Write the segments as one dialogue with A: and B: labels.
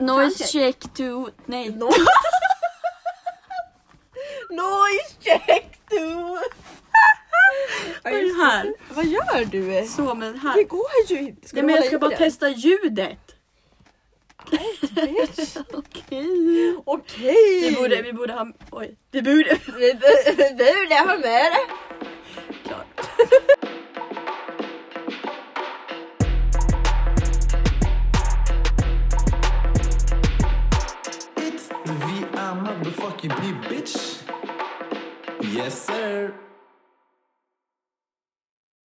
A: Noise
B: Soundcheck.
A: check to... Nej.
B: No- Noise check du!
A: Vad är det här?
B: Vad gör du?
A: Så men
B: Det
A: här.
B: går ju inte. Ska
A: Nej
B: du
A: men jag
B: hålla
A: ska
B: i
A: bara
B: den?
A: testa ljudet.
B: Bitch.
A: Okej.
B: Okej!
A: Vi borde, vi borde ha... Oj. Det borde...
B: Vi bu- vi borde ha med det.
A: Klart.
C: It's the VR motherfucking B bitch. Yes sir.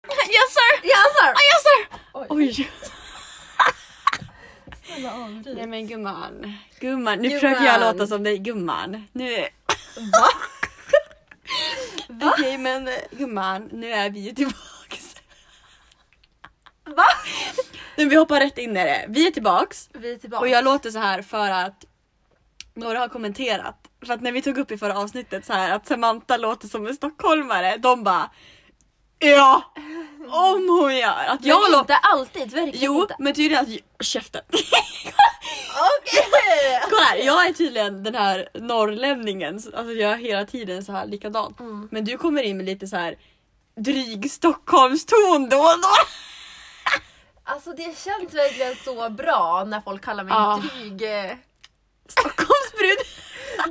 A: Yes sir!
B: Yes sir!
A: Yes sir!
B: Oj,
A: Oj. Nej men gumman. Gumman. Nu
B: Gumman.
A: försöker jag låta som dig gumman. Nu...
B: Va?
A: Okej men eh, gumman, nu är vi ju tillbaks.
B: Va?
A: Nej, vi hoppar rätt in i det. Vi är tillbaks
B: Vi är tillbaka.
A: och jag låter så här för att några har kommenterat. För att när vi tog upp i förra avsnittet så här att Samantha låter som en stockholmare, de bara Ja! Om hon gör! Att
B: Men
A: jag låter...
B: inte alltid, verkligen
A: Jo,
B: inte.
A: men tydligen att... jag- Käften!
B: Okej!
A: Kolla här, jag är tydligen den här norrlänningen, alltså jag är hela tiden så här likadan. Men du kommer in med lite så här dryg Stockholmston då och då.
B: Alltså det känns verkligen så bra när folk kallar mig
A: Ja.
B: dryg. eh,
A: Stockholmsbrud!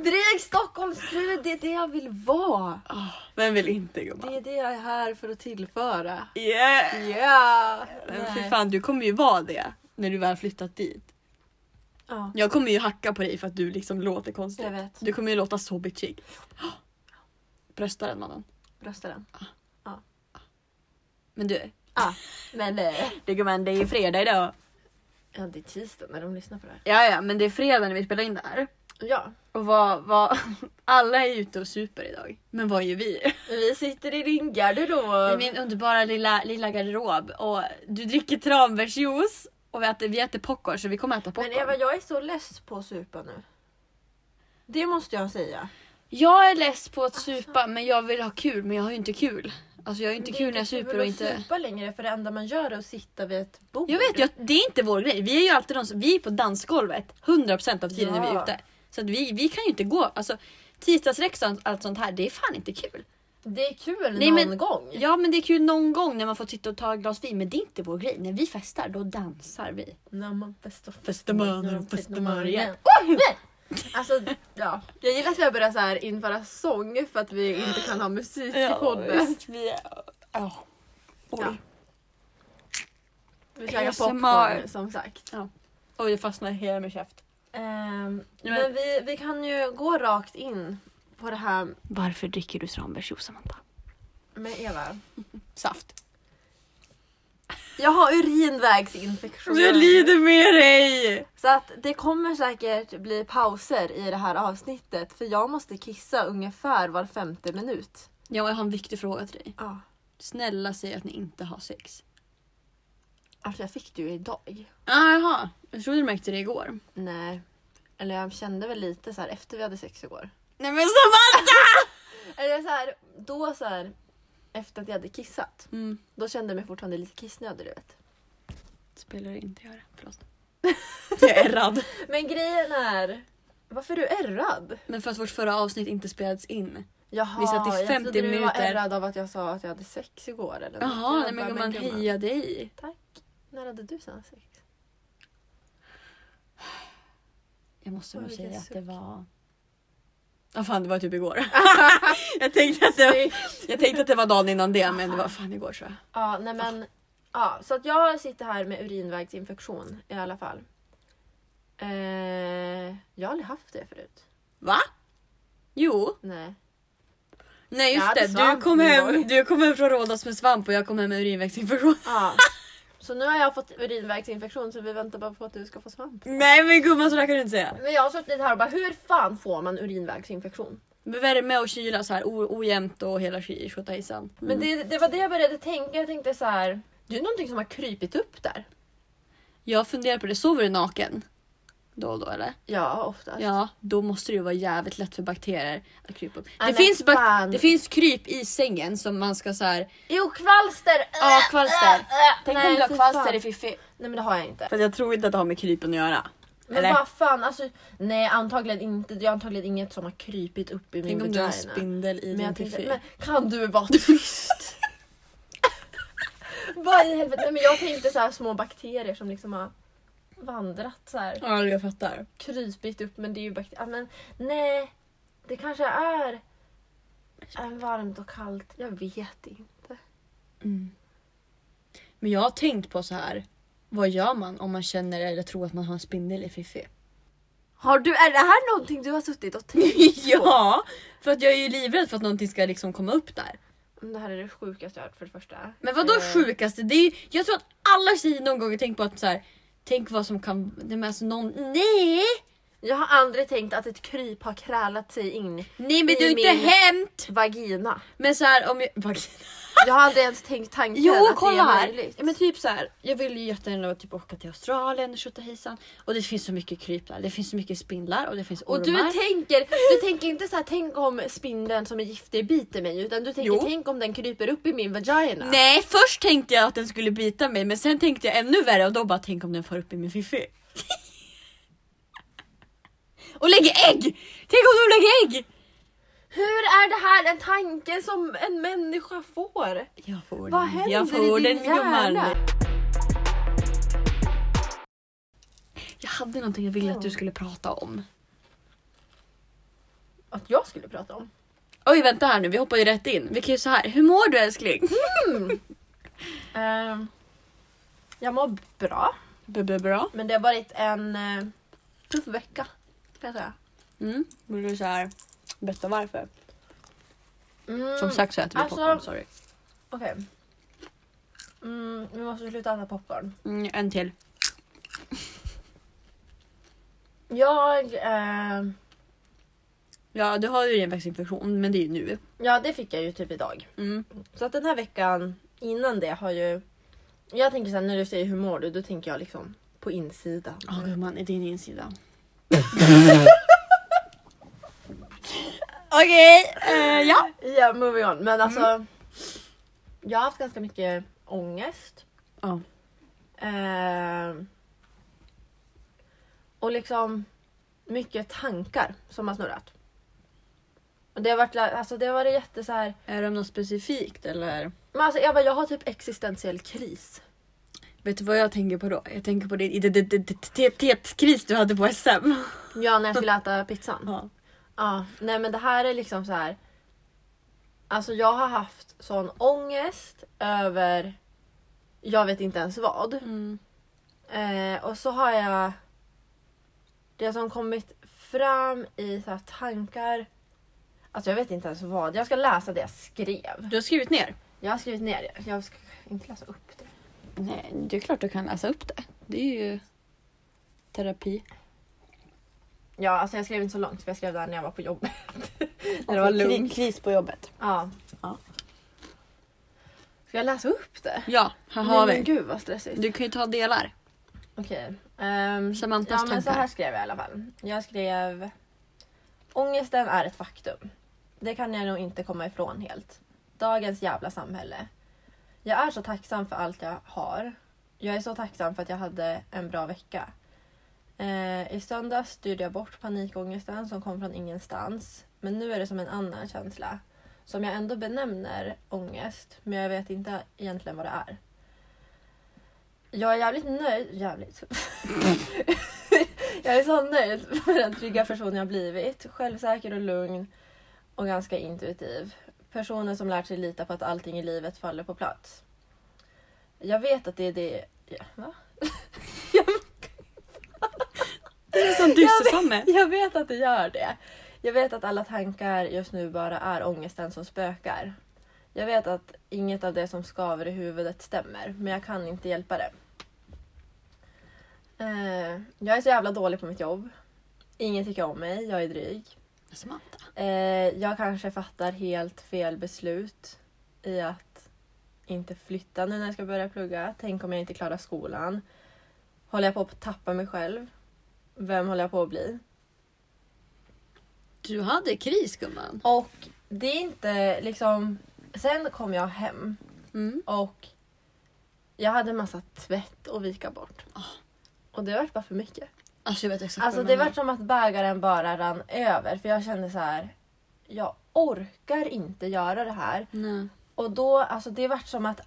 B: Dryg Stockholmsfru, det är det jag vill vara.
A: Ah, Vem vill inte
B: Det
A: gumman?
B: är det jag är här för att tillföra.
A: Yeah.
B: Yeah!
A: Men fy fan, du kommer ju vara det när du väl flyttat dit.
B: Ja.
A: Jag kommer ju hacka på dig för att du liksom låter konstigt.
B: Jag vet.
A: Du kommer ju låta så bitchig. Ah. Brösta den mannen.
B: Rösta den.
A: Men du,
B: Ah, men eh,
A: det gumman det är ju fredag idag.
B: ja, det är tisdag när de lyssnar på det här.
A: Ja ja, men det är fredag när vi spelar in det här.
B: Ja,
A: Och vad, vad, alla är ute och super idag. Men vad gör vi?
B: vi sitter i din
A: I
B: garderob.
A: min underbara lilla, lilla garderob och du dricker tranbärsjuice och vi äter, vi äter popcorn så vi kommer äta popcorn.
B: Men Eva, jag är så less på att supa nu. Det måste jag säga.
A: Jag är less på att supa men jag vill ha kul men jag har ju inte kul. Alltså jag har ju inte kul när jag super och
B: Det är
A: inte...
B: inte kul att supa längre för det enda man gör är att sitta vid ett bord.
A: Jag vet, jag, det är inte vår grej. Vi är ju alltid de som, vi är på dansgolvet 100% av tiden när vi är
B: Ja.
A: ute. Så att vi, vi kan ju inte gå, alltså tisdagsrexan och allt sånt här det är fan inte kul.
B: Det är kul
A: Nej,
B: någon
A: men-
B: gång.
A: Ja men det är kul någon gång när man får titta och ta ett glas vin men det är inte vår grej. När vi festar då dansar vi.
B: När man festar
A: Festa morgonen, festa morgonen.
B: Oj! Nej! Alltså, ja. Jag gillar att vi har börjat så här införa sång för att vi inte kan ha musik i podden.
A: vi är... Ja. Oj.
B: Ja. Vi käkar
A: ASMR.
B: popcorn som sagt.
A: Oj det fastnade hela min käft.
B: Ehm,
A: Ja,
B: men vi, vi kan ju gå rakt in på det här
A: Varför dricker du tranbärsjuice Samantha?
B: med Eva.
A: Saft.
B: Jag har urinvägsinfektion.
A: Jag lider med dig!
B: Så att det kommer säkert bli pauser i det här avsnittet för jag måste kissa ungefär var femte minut.
A: Ja, och jag har en viktig fråga till dig.
B: Ja.
A: Snälla säg att ni inte har sex.
B: Alltså jag fick det ju idag.
A: Ah, jaha, jag trodde du märkte det igår.
B: Nej. Eller jag kände väl lite så här efter vi hade sex igår.
A: Nej men Samantha!
B: Eller så här, då så här efter att jag hade kissat.
A: Mm.
B: Då kände jag mig fortfarande lite kissnödig du vet.
A: Spelar inte göra, förlåt. Jag är ärrad.
B: Men grejen är, varför är du ärrad?
A: Men för att vårt förra avsnitt inte spelades in.
B: Jaha,
A: Vi satt i 50
B: jag trodde du var
A: minuter.
B: ärrad av att jag sa att jag hade sex igår eller något.
A: Jaha,
B: Jag
A: nej, men
B: bara,
A: gumman
B: gumman,
A: heja dig.
B: Tack. När hade du senast sex?
A: Jag måste
B: Oj,
A: nog
B: vilken
A: säga att
B: suck.
A: det var... Ja fan det var typ igår. jag, tänkte att det var, jag tänkte att det var dagen innan det men det var fan igår tror jag.
B: Ja, nej men. Ja, så att jag sitter här med urinvägsinfektion i alla fall. Eh, jag har aldrig haft det förut.
A: Va? Jo.
B: Nej.
A: Nej
B: Jag
A: just
B: hade
A: det, du
B: svamp
A: kom,
B: igår.
A: hem, du kom hem från Rhodos med svamp och jag kom hem med urinvägsinfektion.
B: Ja. Så nu har jag fått urinvägsinfektion så vi väntar bara på att du ska få svamp.
A: Nej men gumman sådär kan du inte säga.
B: Men jag har suttit här och bara hur fan får man urinvägsinfektion?
A: Med värme och kyla så här o- ojämnt och hela sk- tjottahejsan.
B: Men det, det var det jag började tänka. Jag tänkte så här. Det är någonting som har krypit upp där.
A: Jag funderar på det, sover du naken? Då och då eller?
B: Ja, oftast.
A: Ja, då måste det ju vara jävligt lätt för bakterier att krypa upp.
B: Nej,
A: Det
B: men
A: finns, bak-
B: fan.
A: det finns kryp i sängen som man ska så här.
B: Jo, kvalster!
A: Ja, kvalster.
B: Äh, äh,
A: Tänk
B: nej,
A: om du har
B: fy
A: kvalster
B: fan.
A: i fiffi.
B: Nej men det har jag inte.
A: För jag tror inte att det har med krypen att göra.
B: Men
A: Eller?
B: vad fan, alltså, nej antagligen inte. Det är antagligen inget som har krypit upp i min
A: Tänk om du har
B: vagina.
A: en spindel i
B: Men
A: din
B: jag tänkte,
A: fiffi.
B: men kan du vara tyst? vad i helvete? Nej, men jag tänkte så här små bakterier som liksom har vandrat så här.
A: Ja, jag fattar.
B: krypit upp men det är ju bakterier. Men nej, det kanske är en varmt och kallt. Jag vet inte.
A: Mm. Men jag har tänkt på så här. Vad gör man om man känner eller tror att man har en spindel i fiffi?
B: Har du, är det här någonting du har suttit och tänkt?
A: ja! För att jag är ju livrädd för att någonting ska liksom komma upp där.
B: Men Det här är det sjukaste jag har hört för det första.
A: Men vad då
B: Eh,
A: sjukaste? Det är, ju- jag tror att alla tjejer någon gång har tänkt på att så här. Tänk vad som kan... Nej! Men, alltså någon, nej!
B: Jag har aldrig tänkt att ett kryp har krälat sig in
A: nej men
B: I
A: det har inte
B: min-
A: hänt!
B: vagina.
A: Men så här om jag... Vagina.
B: Jag har aldrig ens tänkt tanken
A: Jo
B: att
A: kolla
B: det är
A: här!
B: möjligt.
A: Ja, men typ så här, jag vill ju jättegärna typ åka till Australien och tjotta hejsan. Och det finns så mycket kryp där. Det finns så mycket spindlar och det finns ormar.
B: och du tänker, du tänker inte så här, tänk om spindeln som är giftig biter mig utan du tänker
A: Jo.
B: tänk om den kryper upp i min vagina.
A: Nej först tänkte jag att den skulle bita mig men sen tänkte jag ännu värre och då bara tänk om den far upp i min fiffi. och lägger ägg! Tänk om de lägger ägg!
B: Hur är det här en tanke som en människa får?
A: Jag får
B: Vad
A: den,
B: händer
A: Mm. jag
B: i din hjärna?
A: Jag hade någonting jag ville att du skulle prata om.
B: Att jag skulle prata om?
A: Oj vänta här nu, vi hoppar ju rätt in. Vi kan ju så här. hur mår du älskling?
B: Ehm, jag mår bra,
A: Bebe bra.
B: men det har varit en eh, tuff vecka. Kan jag säga.
A: Mm. Vill du så här berätta varför?
B: Mm,
A: Som sagt så äter vi
B: Alltså-
A: popcorn, sorry.
B: Okej. Mm, vi måste sluta äta popcorn.
A: Mm, en till.
B: Jag... ehm,
A: Ja du har ju din växtinfektion men det är ju nu.
B: ja, det fick jag ju typ idag.
A: Mm.
B: Så att den här veckan innan det har ju... Jag tänker såhär, när du säger hur mår du? Då tänker jag liksom på insidan.
A: Ja gumman, det är din insida. Okej, eh, ja.
B: Ja, moving on. Men alltså... Jag har haft ganska mycket ångest.
A: Ja.
B: Ehm, och liksom mycket tankar som har snurrat. Och det har varit, la- alltså det har varit jätte så här,
A: Är det om något specifikt eller?
B: men alltså Eva jag har typ existentiell kris.
A: Vet du vad jag tänker på då? Jag tänker på din identitetskris du hade på SM.
B: Ja när jag skulle äta pizzan.
A: Ja.
B: Ja, nej men det här är liksom så här. Alltså jag har haft sån ångest över jag vet inte ens vad.
A: Mm.
B: Eh, och så har jag det som kommit fram i så här tankar. Alltså jag vet inte ens vad. Jag ska läsa det jag skrev.
A: Du har skrivit ner?
B: Jag har skrivit ner det. Jag ska inte läsa upp det.
A: Nej, det är klart du kan läsa upp det. Det är ju terapi.
B: Ja, alltså jag skrev inte så långt för jag skrev det här när jag var på jobbet. när
A: Det
B: det var lugnt.
A: Alltså, Kris på jobbet.
B: Ja.
A: Ja.
B: Ska jag läsa upp det?
A: Ja, här
B: Nej
A: har
B: men
A: vi.
B: gud vad stressigt.
A: Du kan ju ta delar.
B: Okej. ehm,
A: Samantas
B: ja, men så
A: tankar.
B: här skrev jag i alla fall. Jag skrev... Ångesten är ett faktum. Det kan jag nog inte komma ifrån helt. Dagens jävla samhälle. Jag är så tacksam för allt jag har. Jag är så tacksam för att jag hade en bra vecka. Eh, I söndags styrde jag bort panikångesten som kom från ingenstans. Men nu är det som en annan känsla. Som jag ändå benämner ångest, men jag vet inte egentligen vad det är. Jag är jävligt nöjd. Jävligt. jag är så nöjd med den trygga person jag blivit. Självsäker och lugn och ganska intuitiv. Personen som lärt sig lita på att allting i livet faller på plats. Jag vet att det är det... Ja, va?
A: Det är en sån dystersamme.
B: Jag vet att det gör det. Jag vet att alla tankar just nu bara är ångesten som spökar. Jag vet att inget av det som skaver i huvudet stämmer, men jag kan inte hjälpa det. Eh, jag är så jävla dålig på mitt jobb. Ingen tycker om mig, jag är dryg.
A: Samantha.
B: Eh, jag kanske fattar helt fel beslut i att inte flytta nu när jag ska börja plugga. Tänk om jag inte klarar skolan. Håller jag på att tappa mig själv? Vem håller jag på att bli?
A: Du hade kris gumman.
B: Och det är inte liksom... Sen kom jag hem
A: Mm.
B: och jag hade en massa tvätt att vika bort. Och det var bara för mycket.
A: Alltså jag vet exakt
B: Alltså
A: vad
B: det
A: du
B: var
A: menar.
B: som att bägaren bara rann över för jag kände så här. Jag orkar inte göra det här.
A: Nej.
B: Och då, alltså det vart som att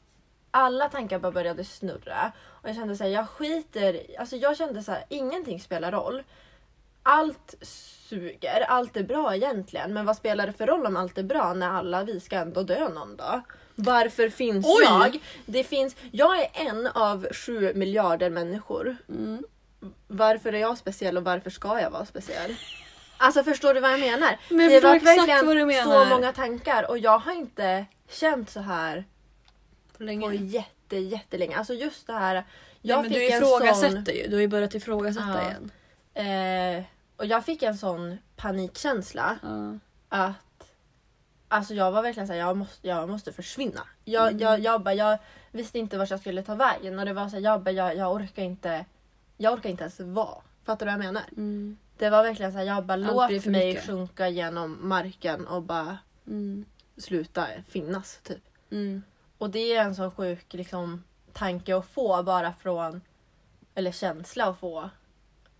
B: alla tankar bara började snurra. Och jag kände så här, jag skiter i- Alltså jag kände så här, ingenting spelar roll. Allt suger, allt är bra egentligen. Men vad spelar det för roll om allt är bra när alla vi ska ändå dö någon dag? Varför finns
A: Oj!
B: jag? Det finns, jag är en av sju miljarder människor.
A: Mm.
B: Varför är jag speciell och varför ska jag vara speciell? Alltså förstår du vad jag menar?
A: Men jag
B: det
A: förstår
B: var
A: exakt
B: verkligen
A: vad du menar.
B: så många tankar och jag har inte känt så här
A: På länge.
B: på jätte, jättelänge. Alltså just det här.
A: Jag
B: Jag
A: Nej, men du
B: fick en
A: ifrågasätter
B: sån...
A: ju. Du har ju börjat ifrågasätta
B: Ja.
A: igen.
B: Eh, och jag fick en sån panikkänsla
A: Ja.
B: att Alltså jag var verkligen såhär, jag måste, jag måste försvinna. Jag,
A: Mm.
B: jag, jag, bara, jag visste inte vart jag skulle ta vägen och det var såhär, jag, bara, jag, jag orkar inte Jag orkar inte ens vara. Fattar du vad jag menar?
A: Mm.
B: Det var verkligen såhär, jag bara
A: Allt blir
B: låt
A: för
B: mig
A: mycket.
B: sjunka genom marken och bara
A: Mm.
B: sluta finnas typ.
A: Mm.
B: Och det är en sån sjuk liksom, tanke att få bara från, eller känsla att få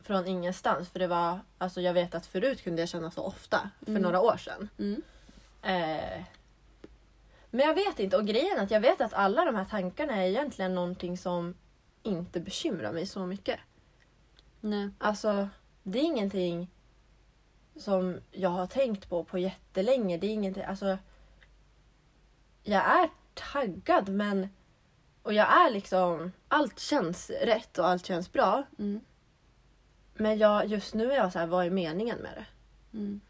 B: från ingenstans. För det var, alltså jag vet att förut kunde jag känna så ofta, för
A: Mm.
B: några år sedan.
A: Mm.
B: Eh, men jag vet inte, och grejen är att jag vet att alla de här tankarna är egentligen någonting som inte bekymrar mig så mycket.
A: Nej.
B: Alltså, det är ingenting som jag har tänkt på på jättelänge. Det är ingenting, alltså. Jag är taggad men och jag är liksom, allt känns rätt och allt känns bra.
A: Mm.
B: Men jag, just nu är jag så här, vad är meningen med det?
A: Mm.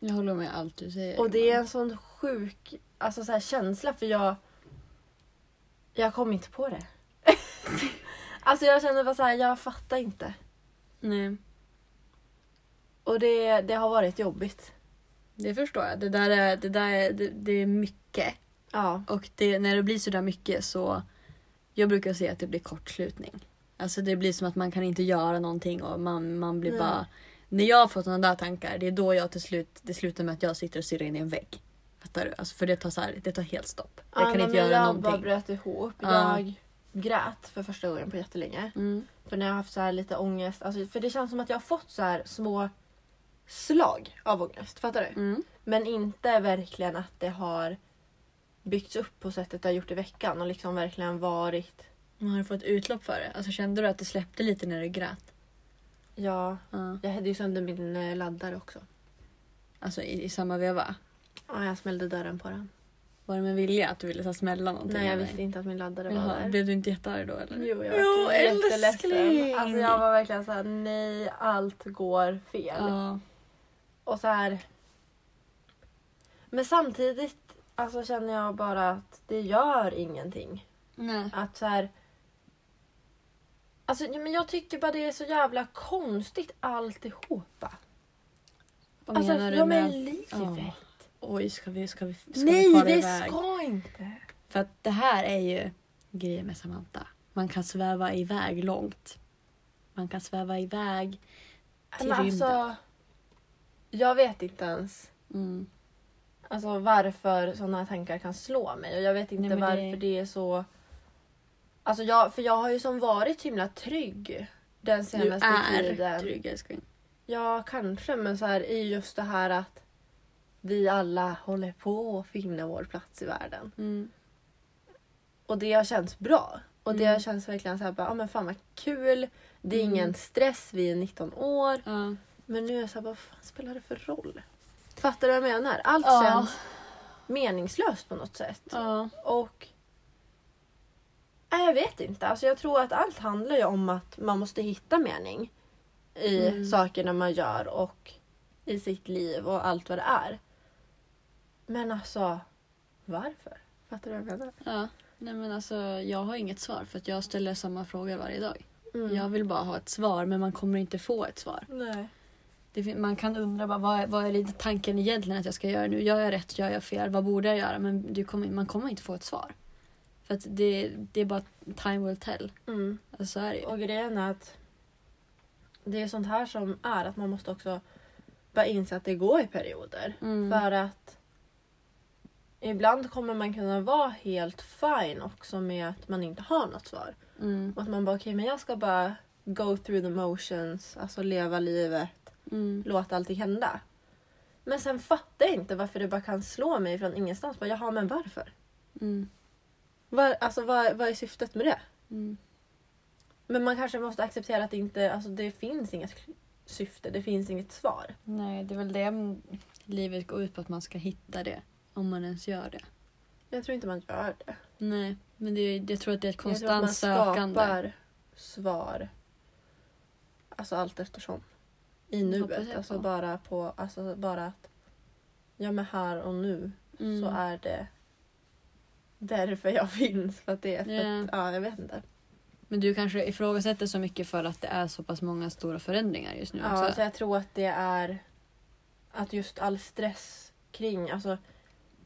A: Jag håller med allt du säger.
B: Och det är en sån sjuk alltså så här, känsla för jag, jag kom inte på det. alltså jag känner bara så här, jag fattar inte.
A: Nej,
B: Och det, det har varit jobbigt.
A: det förstår jag. Det där är, det där är, det, det är mycket.
B: Ja.
A: Och det, när det blir så där mycket så... Jag brukar säga att det blir kortslutning. Alltså det blir som att man kan inte göra någonting och man, man blir
B: Nej.
A: bara... När jag får sådana där tankar, det är då jag till slut... Det slutar med att jag sitter och stirrar in i en vägg. Fattar du? Alltså för det tar, så här, det tar helt stopp. Jag kan
B: nej,
A: inte
B: men
A: göra
B: jag bara
A: någonting.
B: bröt ihop.
A: Ja.
B: Jag grät för första gången på jättelänge.
A: Mm.
B: För när jag har haft så här lite ångest. Alltså, för det känns som att jag har fått så här små slag av ångest. Fattar du?
A: Mm.
B: Men inte verkligen att det har byggts upp på sättet jag har gjort i veckan och liksom verkligen varit...
A: Men har du fått utlopp för det? Alltså kände du att det släppte lite när du grät?
B: Ja,
A: Ja.
B: jag hade ju sönder min eh, laddare också.
A: Alltså i, i samma veva?
B: Ja, jag smällde dörren på den.
A: Var det med vilja att du ville så här smälla någonting?
B: Nej, jag
A: eller?
B: visste inte att min laddare var
A: Jaha,
B: där.
A: blev du inte jättearg då eller?
B: Jo, jag
A: Jo,
B: var jätteledsen.
A: älskling!
B: Alltså jag var verkligen såhär, nej, allt går fel.
A: Ja.
B: Och så här. Men samtidigt alltså, känner jag bara att det gör ingenting.
A: Nej.
B: Att så här. Alltså, ja, men jag tycker bara det är så jävla konstigt alltihopa.
A: Vad
B: alltså,
A: menar du
B: ja,
A: med...
B: men livet.
A: Ja. Oj, ska vi, ska vi, ska vi
B: Nej,
A: fara
B: det
A: iväg?
B: ska inte.
A: För att det här är ju grejen med Samantha. Man kan sväva iväg långt. Man kan sväva iväg till
B: Men
A: rymden.
B: alltså, jag vet inte ens
A: Mm.
B: alltså, varför sådana tankar kan slå mig. Och jag vet inte
A: men det-
B: varför det... är så... Alltså jag, för jag har ju som varit så himla trygg den
A: Du
B: senaste
A: är
B: tiden.
A: trygg älskling.
B: Ja, kanske. Men så här, i just det här att vi alla håller på att finna vår plats i världen.
A: Mm.
B: Och det har känts bra. Och det
A: Mm.
B: har känts verkligen så här, bara, ah, men fan vad kul. Det är ingen stress, vi är 19 år.
A: Ja.
B: Men nu är jag så här, vad fan spelar det för roll? Fattar du vad jag menar? Allt
A: Ja.
B: känns meningslöst på något sätt.
A: Ja.
B: Och... Nej, jag vet inte. Alltså, jag tror att allt handlar ju om att man måste hitta mening i
A: Mm.
B: sakerna man gör och i sitt liv och allt vad det är. Men alltså, varför? Fattar du vad jag menar?
A: ja. Nej men alltså jag har inget svar för att jag ställer samma fråga varje dag.
B: Mm.
A: Jag vill bara ha ett svar men man kommer inte få ett svar.
B: Nej.
A: Det, fin- man kan undra bara, vad, är, vad är lite tanken egentligen att jag ska göra nu? Gör jag rätt? Gör jag fel? Vad borde jag göra? Men du kommer, man kommer inte få ett svar. För att det, det är bara time will tell.
B: Mm.
A: Alltså, så är det ju.
B: Och grejen är att det är sånt här som är att man måste också bara inse att det går i perioder.
A: Mm.
B: För att ibland kommer man kunna vara helt fine också med att man inte har något svar.
A: Mm.
B: Och att man bara okej men jag ska bara go through the motions, alltså leva livet,
A: mm,
B: låta allting hända. Men sen fattar jag inte varför det bara kan slå mig från ingenstans. Bara, Jaha, men varför?
A: mm,
B: Var, alltså, vad, vad är syftet med det?
A: mm.
B: Men man kanske måste acceptera att det inte alltså, det finns inget syfte, det finns inget svar.
A: Nej, det är väl det livet går ut på, att man ska hitta det. Om man ens gör det.
B: Jag tror inte man gör det.
A: Nej, men det, är- jag tror att det är ett
B: jag tror att man
A: konstant sökande.
B: skapar svar alltså allt eftersom. I
A: Mm, hoppas
B: nuet.
A: jag
B: Alltså
A: på.
B: bara på, alltså bara att ja men här och nu
A: Mm.
B: så är det därför jag finns. För att det är, för
A: Ja.
B: att, ja jag vet inte.
A: Men du kanske ifrågasätter så mycket för att det är så pass många stora förändringar just nu
B: Ja,
A: också.
B: alltså jag tror att det är att just all stress kring, alltså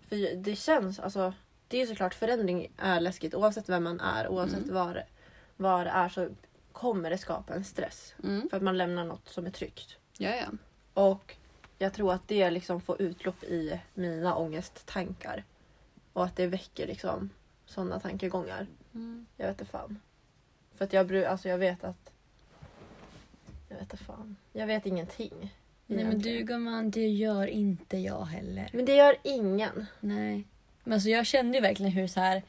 B: för det känns, alltså det är ju såklart förändring är läskigt oavsett vem man är, oavsett
A: Mm.
B: var, var det är så kommer det skapa en stress.
A: Mm.
B: För att man lämnar något som är tryggt.
A: Ja, ja.
B: Och jag tror att det liksom får utlopp i mina ångesttankar. Och att det väcker liksom sådana tankegångar.
A: Mm.
B: Jag vet inte fan. För att jag bru- alltså jag vet att... Jag vet inte fan. Jag vet ingenting.
A: Nej men du
B: egentligen.
A: gumman, det gör inte jag heller.
B: Men det gör ingen.
A: Nej. Men alltså jag kände ju verkligen hur så här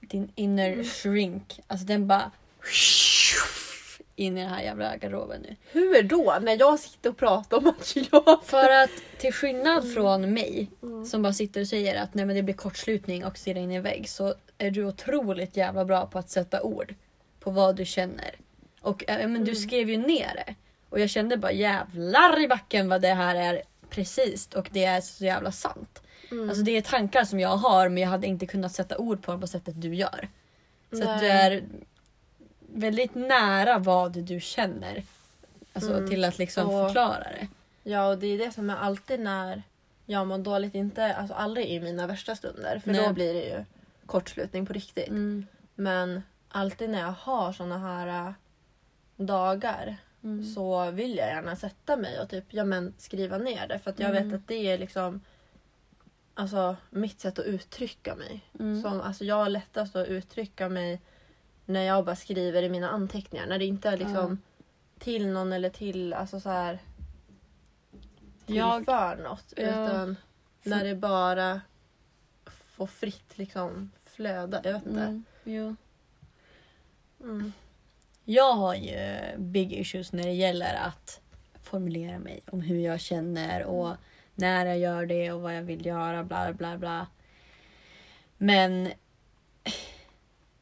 A: din inner shrink, alltså den bara in i den här jävla garderoben nu.
B: Hur då? När jag sitter och pratar om att jag...
A: För att till skillnad från mig
B: Mm.
A: som bara sitter och säger att nej men det blir kortslutning och stirrar in i en vägg så är du otroligt jävla bra på att sätta ord på vad du känner. Och eh, men du skrev ju ner det. Och jag kände bara jävlar i backen vad det här är precis och det är så jävla sant. Alltså det är tankar som jag har men jag hade inte kunnat sätta ord på dem på sättet du gör. Så att du
B: Nej.
A: är väldigt nära vad du känner. Alltså till att liksom
B: Och-
A: förklara det.
B: Ja, och det är det som är alltid när jag mår dåligt. Inte, alltså aldrig i mina värsta stunder. För
A: Nej.
B: då blir det ju kortslutning på riktigt. Men alltid när jag har såna här äh, dagar så vill jag gärna sätta mig och typ, ja, men skriva ner det. För att jag vet att det är liksom alltså, mitt sätt att uttrycka mig.
A: Mm.
B: Som, alltså, jag har lättast att uttrycka mig när jag bara skriver i mina anteckningar. När det inte är liksom
A: Ja.
B: till någon eller till, alltså, så här,
A: Jag,
B: tillför något.
A: Ja.
B: Utan när det bara får fritt liksom, flöda. Jag vet inte.
A: mm, jo.
B: Mm.
A: jag har ju big issues när det gäller att formulera mig om hur jag känner
B: Mm.
A: och när jag gör det och vad jag vill göra bla bla bla. Men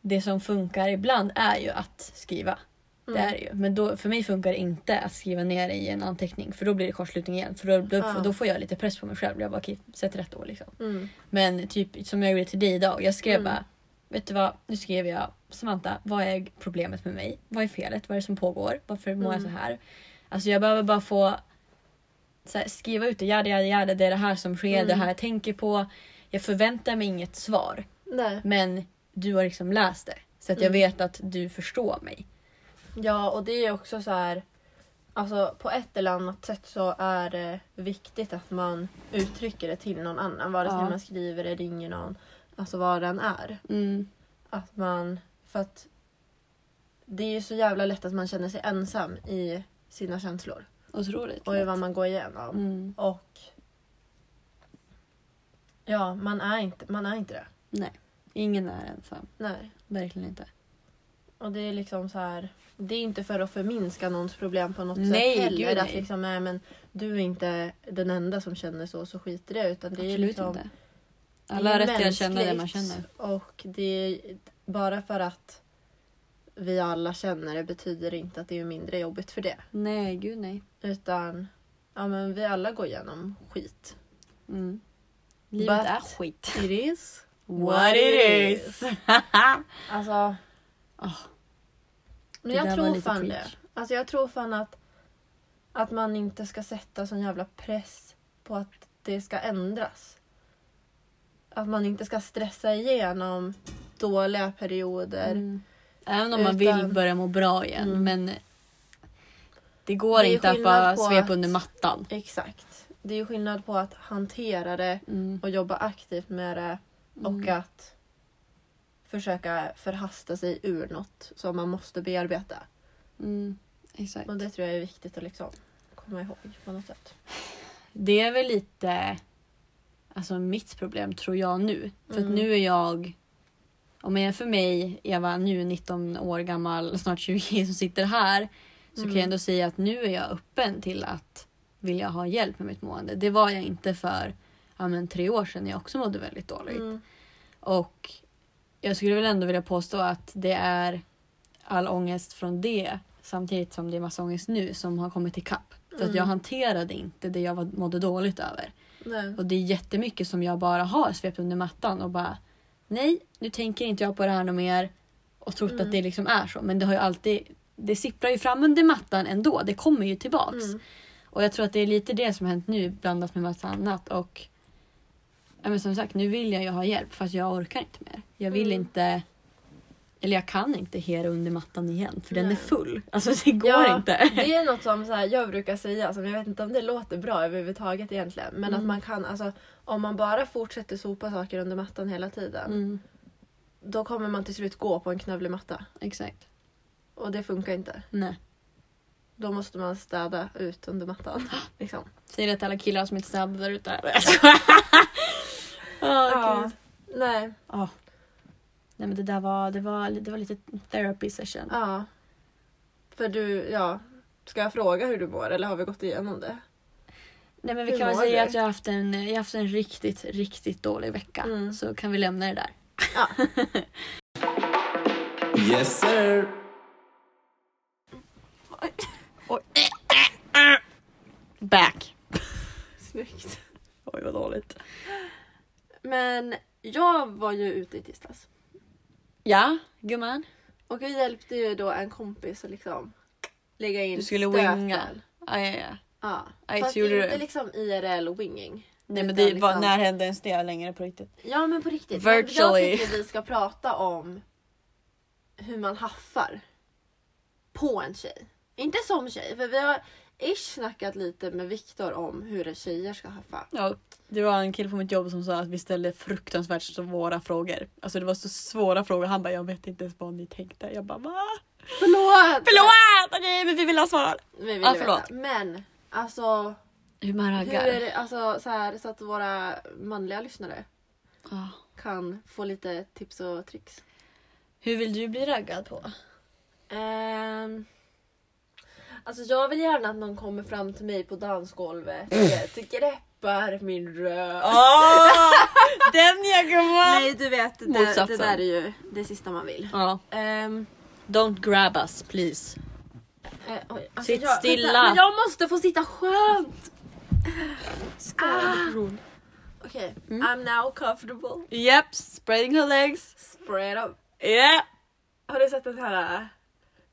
A: det som funkar ibland är ju att skriva. Det
B: Mm.
A: är det ju. Men då, för mig funkar det inte att skriva ner det i en anteckning för då blir det kortslutning igen. För då, då,
B: Ja.
A: då får jag lite press på mig själv. Jag bara okej, sätt rätt ord liksom.
B: Mm.
A: Men typ som jag gjorde till dig idag. Jag skrev
B: Mm.
A: bara, vet du vad, nu skrev jag Samantha, vad är problemet med mig? Vad är felet? Vad är det som pågår? Varför mår jag så här? Alltså jag behöver bara få så här, skriva ut det, jada jada jada, det är det här som sker, det här jag tänker på. Jag förväntar mig inget svar.
B: Nej.
A: Men du har liksom läst det. Så att jag vet att du förstår mig.
B: Ja, och det är också så här... Alltså på ett eller annat sätt så är det viktigt att man uttrycker det till någon annan. Vare sig
A: Ja.
B: man skriver det, ringer någon. Alltså vad den är.
A: Mm,
B: Att man... För att det är ju så jävla lätt att man känner sig ensam i sina känslor.
A: Otroligt. Mm.
B: Och i vad man går igenom. Och... Ja, man är inte, man är inte det.
A: Nej, ingen är ensam.
B: Nej.
A: Verkligen inte.
B: Och det är liksom så här, det är inte för att förminska någons problem på något
A: Nej,
B: sätt heller.
A: gud,
B: att
A: nej.
B: liksom, nej, men du är inte den enda som känner så, så skiter det. Utan det är
A: Absolut
B: liksom,
A: inte.
B: det är
A: Alla har rätt till att känna det man
B: mänskligt.
A: känner.
B: Och det är, bara för att vi alla känner det betyder inte att det är mindre jobbigt för det.
A: Nej, gud nej.
B: Utan ja, men vi alla går igenom skit.
A: Mm. Livet
B: But-
A: är skit.
B: It is.
A: What it is! Ah,
B: Alltså, Men
A: Det där
B: jag
A: var
B: tror
A: lite
B: fan det.
A: preach.
B: Alltså jag tror fan att, att man inte ska sätta sån jävla press på att det ska ändras. Att man inte ska stressa igenom dåliga perioder.
A: Mm. Även om man
B: Utan-
A: vill börja må bra igen
B: Mm.
A: men det går
B: Det är
A: inte att
B: skillnad
A: bara
B: på
A: svepa
B: att-
A: under mattan.
B: Exakt. Det är ju skillnad på att hantera det
A: Mm.
B: och jobba aktivt med det och att försöka förhasta sig ur något som man måste bearbeta.
A: Mm. Exakt.
B: Och det tror jag är viktigt att liksom komma ihåg på något sätt.
A: Det är väl lite alltså mitt problem tror jag nu. För att
B: Mm.
A: nu är jag, om jag jämför mig, Eva nu 19 år gammal, snart 20 som sitter här. Så kan jag ändå säga att nu är jag öppen till att vilja ha hjälp med mitt mående. Det var jag inte för ja, men, tre år sedan när jag också mådde väldigt dåligt.
B: Mm.
A: Och jag skulle väl ändå vilja påstå att det är all ångest från det samtidigt som det är massa ångest nu som har kommit ikapp. För att
B: Mm.
A: jag hanterade inte det jag var- mådde dåligt över.
B: Nej.
A: Och det är jättemycket som jag bara har svept under mattan och bara nej, nu tänker inte jag på det här något mer och trott
B: Mm.
A: att det liksom är så. Men det har ju alltid, det sipprar ju fram under mattan ändå. Det kommer ju tillbaks.
B: Mm.
A: Och jag tror att det är lite det som har hänt nu blandat med massa annat. Och ja, men som sagt, nu vill jag ju ha hjälp fast jag orkar inte mer. Jag vill
B: Mm.
A: inte, eller jag kan inte här under mattan igen för den är
B: Nej.
A: full. Alltså det går
B: Ja,
A: inte.
B: Det är något som så här, jag brukar säga, som jag vet inte om det låter bra överhuvudtaget egentligen. Men att
A: Mm.
B: man kan, alltså om man bara fortsätter sopa saker under mattan hela tiden.
A: Mm,
B: Då kommer man till slut gå på en knövlig matta.
A: exakt.
B: Och det funkar inte.
A: Nej.
B: Då måste man städa ut under mattan. Liksom.
A: Säg det till alla killar som inte städar där ute. Åh,
B: Ja.
A: gud.
B: Nej.
A: Ja. Nej men det där var, det var, det var lite therapy session.
B: Ja. För du, ja. Ska jag fråga hur du mår eller har vi gått igenom det?
A: Nej men vi
B: Hur
A: kan väl
B: mår
A: säga
B: du?
A: att jag har haft en, jag har haft en riktigt, riktigt dålig vecka.
B: Mm.
A: Så kan vi lämna det där.
C: Yes sir!
A: Back.
B: Snyggt.
A: Oj vad dåligt.
B: Men jag var ju ute i tisdags.
A: Ja, gumman.
B: Och jag hjälpte ju då en kompis att liksom lägga in
A: Du skulle
B: stöten.
A: winga. Ja, ja, ja.
B: Ja.
A: Nej,
B: Fast
A: så gjorde
B: inte
A: du.
B: liksom IRL winging.
A: Nej men
B: Utan
A: det var,
B: liksom-
A: när hände ens det längre på riktigt?
B: Ja men på riktigt.
A: Virtually.
B: Jag tycker vi ska prata om hur man haffar på en tjej. Inte som tjej, för vi har ish snackat lite med Viktor om hur tjejer ska haffa.
A: Ja, det var en kille på mitt jobb som sa att vi ställde fruktansvärt svåra frågor. Alltså det var så svåra frågor. Han bara jag vet inte ens vad ni tänkte. Jag bara va?
B: Förlåt!
A: Förlåt! Okej men vi vill ha svar.
B: Vi vill ju
A: Ja, förlåt.
B: veta. Men alltså,
A: Hur man
B: hur är det, alltså så, här, så att våra manliga lyssnare
A: Ja.
B: kan få lite tips och tricks.
A: Hur vill du bli raggad på?
B: Ehm, alltså jag vill gärna att någon kommer fram till mig på dansgolvet, du vet, greppar min röv.
A: Oh, den jag gumman!
B: Nej du vet, det, det
A: Motsatsen.
B: där är ju det sista man vill.
A: Ja,
B: Ehm,
A: don't grab us please.
B: eh, oj, alltså
A: Sitt
B: jag,
A: stilla.
B: Vänta, men jag måste få sitta skönt!
A: Skål.
B: Okej, I'm now comfortable.
A: Yep, spreading her legs.
B: Spread up.
A: Yeah.
B: Har du sett den här? äh,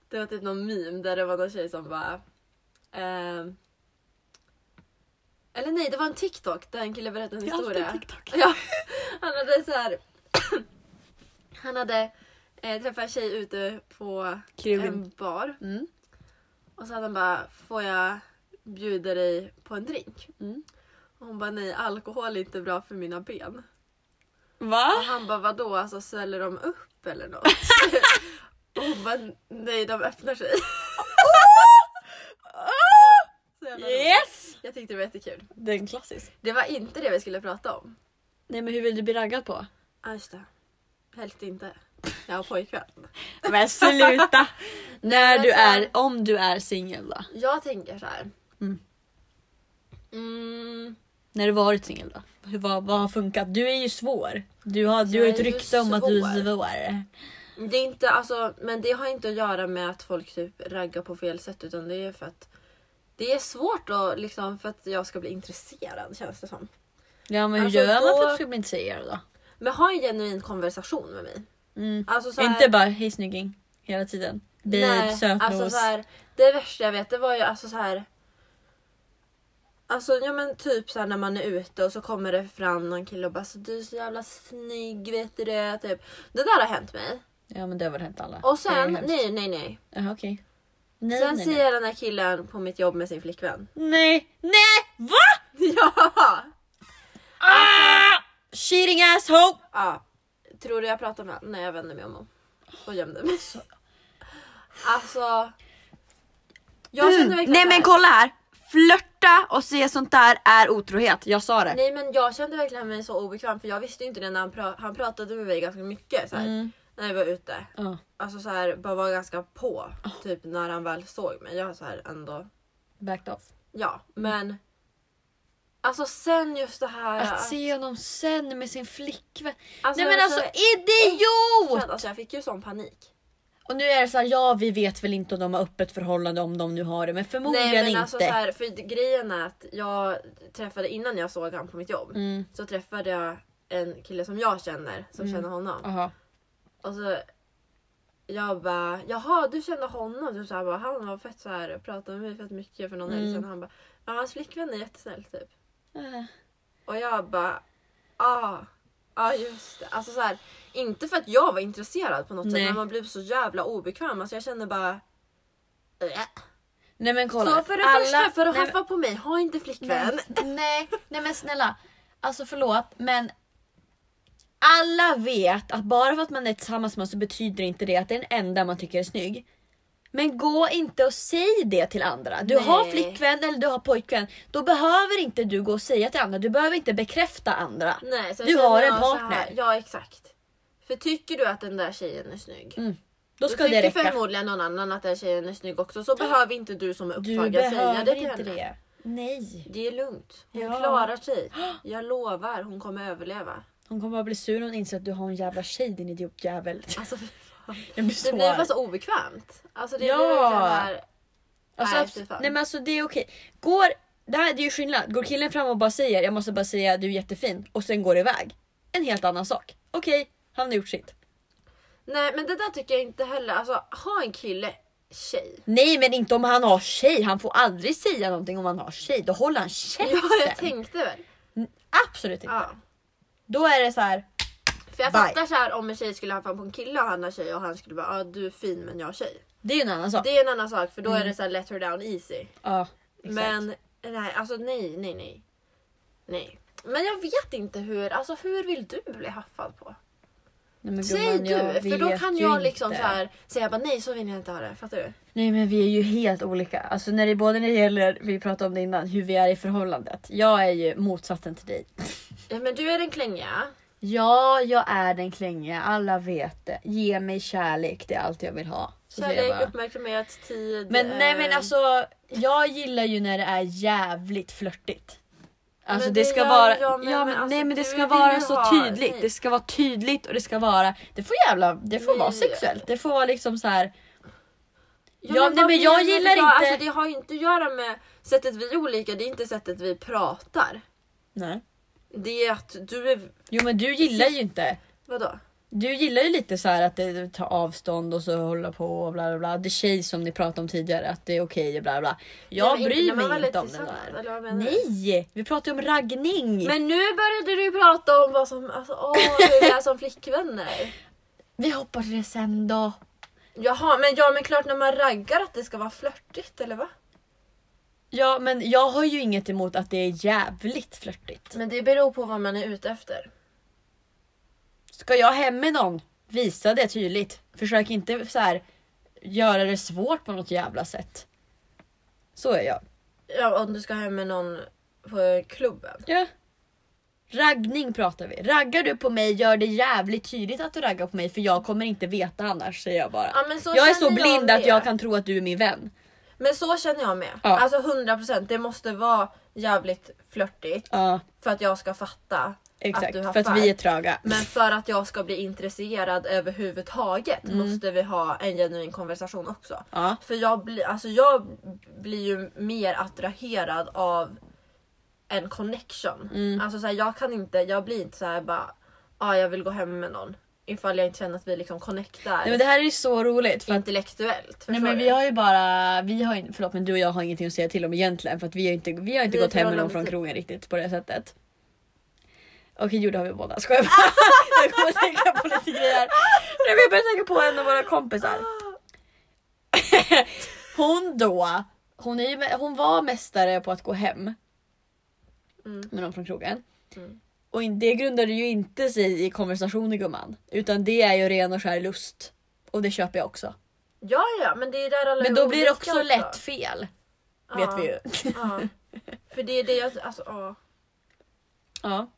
B: Det var typ någon meme där det var någon tjej som bara... ehm, eller nej, det var en TikTok där en kille berättade en
A: Det är alltid
B: historia.
A: TikTok.
B: Ja, han hade så här. Han hade eh, träffat en tjej ute på en
A: Krugen.
B: bar.
A: Mm.
B: Och så hade han bara, får jag bjuda dig på en drink?
A: Mm.
B: Och hon bara, nej alkohol är inte bra för mina ben. Och
A: Va?
B: han bara, vadå? Alltså sväller de upp eller något? och hon bara, nej de öppnar sig. så jävla roligt.
A: Yes!
B: Jag tyckte det var jättekul.
A: Det är en klassisk.
B: Det var inte det vi skulle prata om.
A: Nej men hur vill du bli raggad på?
B: Ja just det. Helst inte. Jag har pojkvän.
A: Men sluta! När
B: men alltså-
A: du
B: så-
A: är, om du är singel då?
B: Jag tänker så här.
A: Mm.
B: Mm,
A: När du varit singel då? Hur, vad, vad har funkat? Du är ju svår. Du har, du har
B: Jag
A: ett
B: är ju
A: rykte om att du är
B: svår.
A: svår.
B: det är inte, alltså, men det har inte att göra med att folk typ raggar på fel sätt utan det är för att det är svårt då, liksom, för att jag ska bli intresserad känns det som.
A: Ja men hur
B: Alltså,
A: gör man
B: då-
A: för att du ska bli intresserad då?
B: Men ha en genuin konversation med mig.
A: Mm.
B: Alltså, så här,
A: Inte bara hej snygging hela tiden. Babe,
B: nej,
A: sötnos.
B: alltså, så här, Det värsta jag vet det var ju alltså så här. Alltså ja men typ så här när man är ute och så kommer det fram någon kille och bara så du är så jävla snygg vet du det typ. Det där har hänt mig.
A: Ja men det har väl hänt alla.
B: Och
A: Det är
B: sen,
A: hemskt.
B: nej nej nej.
A: Jaha okej. Nej,
B: Sen
A: nej, nej.
B: ser jag den här killen på mitt jobb med sin flickvän.
A: nej, nej, va?
B: Ja!
A: Ah! Cheating asshole!
B: ja. Tror du jag pratade med honom? Nej jag vände mig om och gömde mig. Alltså, Jag kände
A: Mm.
B: verkligen
A: Nej
B: så här-
A: men kolla här! Flörta och se sånt där är otrohet. Jag sa det.
B: Nej men jag kände verkligen mig så obekväm för jag visste ju inte det när han, pra- han pratade med mig ganska mycket så här,
A: Mm.
B: när vi var ute.
A: Ja.
B: Alltså så här, bara var ganska på typ när han väl såg mig. Jag så här ändå,
A: Backed off.
B: ja men. Alltså sen just det här.
A: Mm. Att se honom sen med sin flickvän.
B: Alltså,
A: Nej men
B: jag
A: alltså
B: kände-
A: idiot!
B: Alltså, jag fick ju sån panik.
A: Och nu är det så här, ja vi vet väl inte om de har öppet förhållande om de nu har det men förmodligen
B: Nej men
A: inte.
B: alltså så här, för grejen är att jag träffade innan jag såg han på mitt jobb.
A: Mm.
B: Så träffade jag en kille som jag känner som känner honom.
A: Aha.
B: Och så Alltså, jag bara, jaha du kände honom? Typ så här, bara, han var fett så här, pratade med mig fett mycket för någon helg
A: Mm.
B: sedan. Han bara, ja hans flickvän är jättesnäll typ.
A: Äh.
B: Och jag bara, ah, ah just det. Alltså så här, inte för att jag var intresserad på något
A: Nej.
B: sätt men man blev så jävla obekväm. Alltså jag kände bara, äh.
A: Nej men kolla.
B: Så för det
A: Alla-
B: första, för att
A: Nej,
B: haffa på mig, ha inte flickvän.
A: Nej, nej men snälla. Alltså förlåt men alla vet att bara för att man är tillsammans med någon så betyder inte det att det är den enda man tycker är snygg. Men gå inte och säg det till andra. Du har
B: Nej.
A: flickvän eller du har pojkvän. Då behöver inte du gå och säga till andra. Du behöver inte bekräfta andra.
B: Nej, så
A: Du
B: känner
A: har en
B: jag så här,
A: partner.
B: Ja exakt. För tycker du att den där tjejen är snygg.
A: Då
B: Då
A: ska det
B: tycker
A: räcka.
B: förmodligen någon annan att den tjejen är snygg också så behöver inte du som
A: Du
B: är upptagen säga det
A: behöver
B: till
A: inte
B: henne. Det.
A: det. Nej.
B: är lugnt. Hon
A: Ja.
B: klarar sig. Jag lovar, hon kommer överleva.
A: Hon kommer bara bli sur när hon inser att du har en jävla tjej din idiotjävel.
B: Alltså, fy fan.
A: Jag blir så
B: det blir
A: arg.
B: bara så obekvämt. Alltså, det
A: Ja.
B: blir verkligen här,
A: Alltså,
B: Nej,
A: abs-
B: fy fan.
A: nej men alltså det är okej. Går, det här det är ju skillnad. Går killen fram och bara säger jag måste bara säga du är jättefin och sen går iväg. En helt annan sak. Okej, han har gjort sitt.
B: nej men det där tycker jag inte heller. Alltså ha en kille tjej.
A: Nej men inte om han har tjej. Han får aldrig säga någonting om han har tjej. Då håller han käften.
B: Ja jag tänkte väl.
A: Absolut inte.
B: Ja.
A: Då är det så här.
B: För jag
A: Bye.
B: fattar så här om en tjej skulle haffa på en kille och han har tjej och han skulle bara ah, du är fin men jag har tjej.
A: Det är ju en annan sak.
B: Det är en annan sak för då
A: Mm.
B: är det så här let her down easy.
A: Ja, exakt.
B: Men nej, alltså nej, nej, nej. Nej. Men jag vet inte hur, alltså hur vill du bli haffad på?
A: Nej, men
B: Säg
A: gumman, jag
B: du, för då
A: vet
B: kan
A: ju
B: jag liksom
A: inte.
B: så här, säga bara nej så vill jag inte ha det, fattar du?
A: Nej men vi är ju helt olika. Alltså när det, både när det gäller, vi pratade om det innan, hur vi är i förhållandet. Jag är ju motsatsen till dig.
B: Ja, Men du är en klänga.
A: Ja, jag är den klängiga. Alla vet det. Ge mig kärlek, det är allt jag vill ha. Så säger jag
B: Kärlek,
A: bara.
B: uppmärksamhet, tid.
A: Men nej men
B: eh,
A: alltså, jag gillar ju när det är jävligt flörtigt. Alltså
B: Men
A: det
B: det
A: ska
B: gör
A: vara,
B: jag med,
A: ja,
B: men
A: men,
B: alltså,
A: nej men det
B: du
A: ska
B: vill
A: vara
B: ju
A: så
B: ha-
A: tydligt.
B: nej.
A: Det ska vara tydligt och det ska vara, det får jävla, det får vara
B: Nej.
A: sexuellt. Det får vara liksom så här.
B: ja,
A: ja, nej,
B: vad
A: men jag
B: menar
A: gillar
B: du?
A: inte-
B: Alltså, det har ju inte att göra med sättet vi är olika, det är inte sättet vi pratar.
A: Nej.
B: Det är att du är,
A: Jo men du gillar ju inte.
B: vadå?
A: Du gillar ju lite så här att det tar avstånd och så hålla på och bla bla bla. Det tjej som ni pratade om tidigare, att det är okej och bla bla. Jag
B: Nej, men
A: bryr
B: inte när man
A: mig
B: väl
A: inte
B: är
A: om det
B: tillsammans,
A: där.
B: eller vad menar du?
A: Nej! Vi pratar ju om raggning.
B: Men nu började du prata om vad som, alltså, åh, hur vi är som flickvänner.
A: vi hoppar till det sen då.
B: Jaha, men ja men klart när man raggar att det ska vara flörtigt eller va?
A: Ja, men jag har ju inget emot att det är jävligt flörtigt.
B: Men det beror på vad man är ute efter.
A: Ska jag hem med någon, visa det tydligt. Försök inte så här göra det svårt på något jävla sätt. Så är jag.
B: Ja, om du ska hem med någon på klubben.
A: Ja. Raggning pratar vi. Raggar du på mig, gör det jävligt tydligt att du raggar på mig för jag kommer inte veta annars säger jag bara.
B: Ja, men så
A: jag är så
B: känner jag
A: blind att
B: med.
A: jag kan tro att du är min vän.
B: Men så känner jag med.
A: Ja.
B: Alltså 100% det måste vara jävligt flörtigt
A: Ja,
B: för att jag ska fatta att
A: exakt.
B: du har
A: för att
B: färg.
A: vi är tröga.
B: Men för att jag ska bli intresserad överhuvudtaget måste vi ha en genuin konversation också.
A: Ja.
B: För jag, bli, alltså jag blir ju mer attraherad av en connection.
A: Mm.
B: Alltså så här, jag kan inte, jag blir inte så här bara, ah, jag vill gå hem med någon. Ifall jag inte känner att vi liksom connectar
A: Nej, men det här är ju så roligt. För att,
B: intellektuellt.
A: nej,
B: förstår
A: men
B: du?
A: vi har ju bara, vi har, ju- förlåt men du och jag har ingenting att säga till om egentligen för att vi har inte, vi har inte
B: Vi är
A: gått hem med någon
B: förhållande
A: från
B: till-
A: krogen riktigt på det sättet. Okej jo det har vi båda, skojar bara. jag kommer att tänka på lite grejer. Nej, men Jag börjar tänka på en av våra kompisar. Hon då, hon, är ju, mä- hon var mästare på att gå hem
B: Mm.
A: med någon från krogen.
B: Mm.
A: Och in- det grundade ju inte sig i konversationer gumman. Utan det är ju ren och skär lust. Och det köper jag också.
B: Ja, ja, men det är där alla
A: Men
B: är
A: då blir det
B: olika
A: också lätt fel. Vet
B: Ja,
A: vi ju.
B: ja. För det är det jag... Alltså, ja.
A: Ja.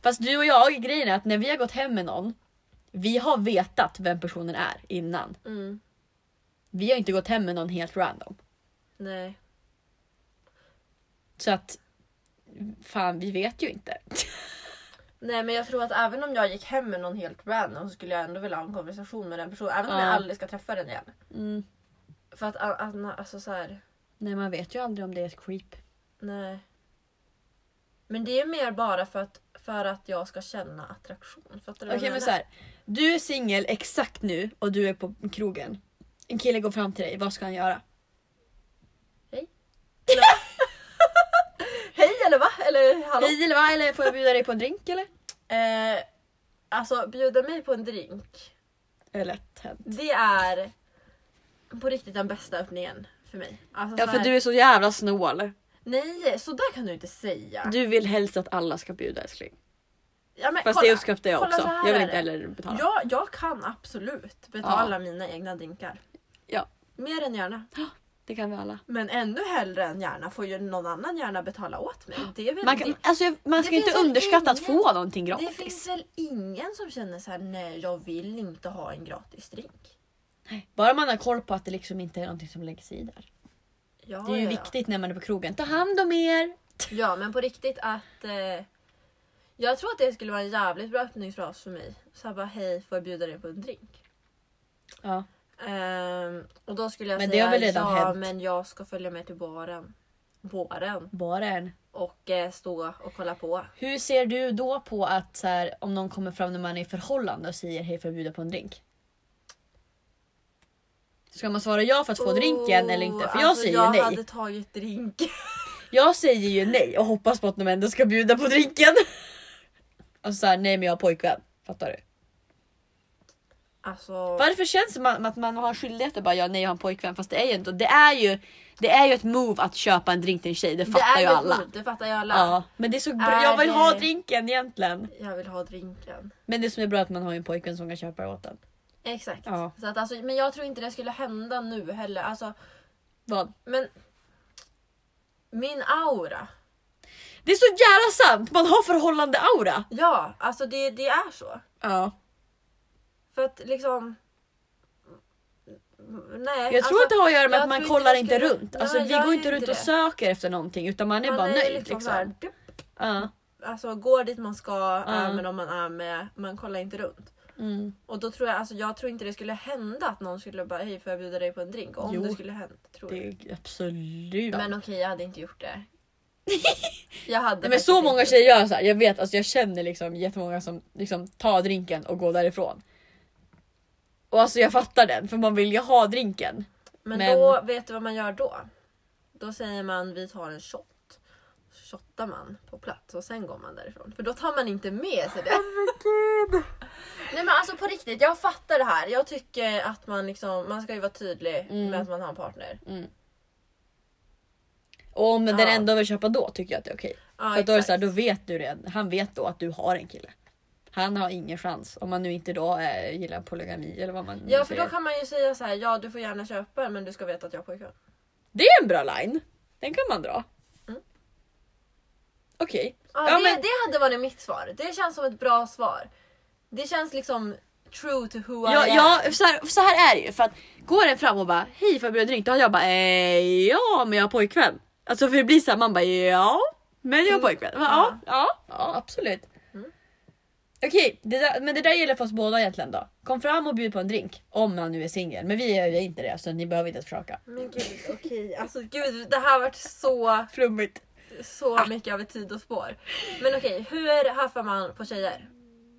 A: Fast du och jag, grejen är att när vi har gått hem med någon, vi har vetat vem personen är innan.
B: Mm,
A: Vi har inte gått hem med någon helt random.
B: nej.
A: Så att, fan vi vet ju inte.
B: Nej men jag tror att även om jag gick hem med någon helt random så skulle jag ändå vilja ha en konversation med den personen. Även om
A: Ja.
B: jag aldrig ska träffa den igen.
A: Mm.
B: För att a- a- alltså så här,
A: Nej man vet ju aldrig om det är ett creep.
B: nej. Men det är mer bara för att, för att jag ska känna attraktion. Fattar du vad
A: Okej
B: jag
A: men
B: menar?
A: så här. Du är singel exakt nu och du är på krogen. En kille går fram till dig, vad ska han göra?
B: Hej eller va? Eller hallå?
A: Hej eller va? Eller får jag bjuda dig på en drink eller?
B: Eh, alltså bjuda mig på en drink.
A: Det är lätt hänt.
B: Det är på riktigt den bästa öppningen för mig. Alltså,
A: Ja
B: så
A: för
B: här,
A: du är så jävla snål.
B: Nej, så där kan du inte säga.
A: Du vill helst att alla ska bjuda älskling.
B: Ja, men
A: Fast
B: Eh, kolla.
A: det uppskattar jag
B: Kolla,
A: också.
B: så här
A: Jag vill
B: är
A: inte
B: det.
A: heller betala.
B: Jag, jag kan absolut betala mina egna drinkar.
A: Ja.
B: Mer än gärna.
A: Det kan vi alla.
B: Men ännu hellre än gärna får ju någon annan gärna betala åt mig. Det, är väl
A: Man, kan,
B: det,
A: alltså, jag- man
B: Det
A: ska ju inte
B: finns väl
A: underskatta att
B: ingen-
A: få någonting
B: det
A: gratis.
B: finns väl ingen som känner så här nej jag vill inte ha en gratis drink.
A: Bara man har koll på att det liksom inte är någonting som läggs i där.
B: Ja,
A: Det är ju
B: ja,
A: viktigt när man är på krogen. Ta hand om er!
B: Ja. ja men på riktigt att eh, jag tror att det skulle vara en jävligt bra öppningsfras för mig. Så här bara hej får jag bjuda dig på en drink?
A: Ja.
B: Ehm, och då skulle jag
A: Men det
B: säga
A: har väl redan
B: ja
A: hänt."
B: men jag ska följa med till baren. Baren.
A: Bara en.
B: Och eh, stå och kolla på.
A: Hur ser du då på att så här, om någon kommer fram när man är i förhållande och säger hej för att bjuda på en drink? Ska man svara ja för att få drinken eller inte? För jag
B: Oh, alltså,
A: säger
B: jag
A: nej.
B: hade tagit drink.
A: Jag säger ju nej och hoppas på att de ändå ska bjuda på drinken. Alltså såhär, nej men jag har pojkvän. Fattar du?
B: Alltså,
A: Varför känns det som att man har skyldighet att bara ja, nej jag har en pojkvän fast det är ju inte. Det är ju, det är ju ett move att köpa en drink till en tjej, det fattar
B: är
A: ju
B: ett
A: alla.
B: mord, Det fattar ju alla.
A: Ja, men det är så bra.
B: Är
A: Jag vill
B: det-
A: ha drinken egentligen.
B: Jag vill ha drinken.
A: Men det som är bra är att man har ju en pojkvän som kan köpa det åt en.
B: Exakt.
A: Ja.
B: Så att, alltså, men jag tror inte det skulle hända nu heller. Alltså,
A: Vad?
B: men min aura.
A: Det är så jävla sant! Man har förhållande aura.
B: Ja, alltså det, det är så.
A: Ja.
B: För att liksom... m- Nej.
A: Jag tror
B: alltså,
A: att det har att göra med
B: jag
A: att man
B: tror
A: kollar
B: jag
A: inte
B: skulle-
A: runt. Alltså,
B: Nej,
A: vi
B: jag
A: går
B: är
A: inte runt
B: inte
A: och
B: det.
A: söker efter någonting utan man är bara
B: ju
A: nöjd. Liksom.
B: så här, dup,
A: Ja.
B: alltså går dit man ska,
A: Ja.
B: men om man är med, man kollar inte runt.
A: Mm.
B: Och då tror jag, alltså jag tror inte det skulle hända att någon skulle bara hej får jag bjuda dig på en drink? Om
A: Jo.
B: det skulle hända tror
A: Det
B: jag.
A: är absolut.
B: Men okej jag hade inte gjort det. Jag hade
A: Nej, men
B: faktiskt
A: så
B: inte
A: många
B: gjort
A: tjejer gör så här. Jag vet, alltså jag känner liksom jättemånga som liksom tar drinken och går därifrån. Och alltså jag fattar den, för man vill ju ha drinken.
B: det. Men,
A: men-
B: då, vet du vad man gör då? Då säger man vi tar en shot. Så Shottar man på plats och sen går man därifrån. För då tar man inte med sig det. Nej men alltså på riktigt, jag fattar det här. Jag tycker att man liksom, man ska ju vara tydlig
A: Mm.
B: med att man har en partner.
A: Och om den
B: Ja.
A: ändå vill köpa då tycker jag att det är okej.
B: Ja,
A: för att då, är det
B: exakt.
A: så här, då vet du det. Han vet då att du har en kille. Han har ingen chans. Om man nu inte då eh, gillar polygami eller vad man nu
B: Ja för
A: säger.
B: då kan man ju säga så här, ja du får gärna köpa men du ska veta att jag har pojkvän.
A: Det är en bra line. Den kan man dra.
B: Mm.
A: Okej.
B: Ja,
A: Ja,
B: det,
A: men-
B: det hade varit mitt svar. Det känns som ett bra svar. Det känns liksom true to who I
A: Ja,
B: am.
A: ja så, här, så här är det ju. För att går den fram och bara hej får jag bjuda drink? Då hade jag bara eh, ja men jag har pojkvän. Alltså för det blir så här, man bara ja men jag har pojkvän. Ja, Mm. ja, ja, absolut. Okej, det där, men det där gäller för oss båda egentligen då. Kom fram och bjud på en drink om man nu är singel. Men vi är ju inte det så ni behöver inte ens försöka.
B: Men gud, okej. Alltså gud, det här har varit så,
A: Flummigt. Ah.
B: så mycket av ett sidospår. Men okej, hur haffar man på tjejer?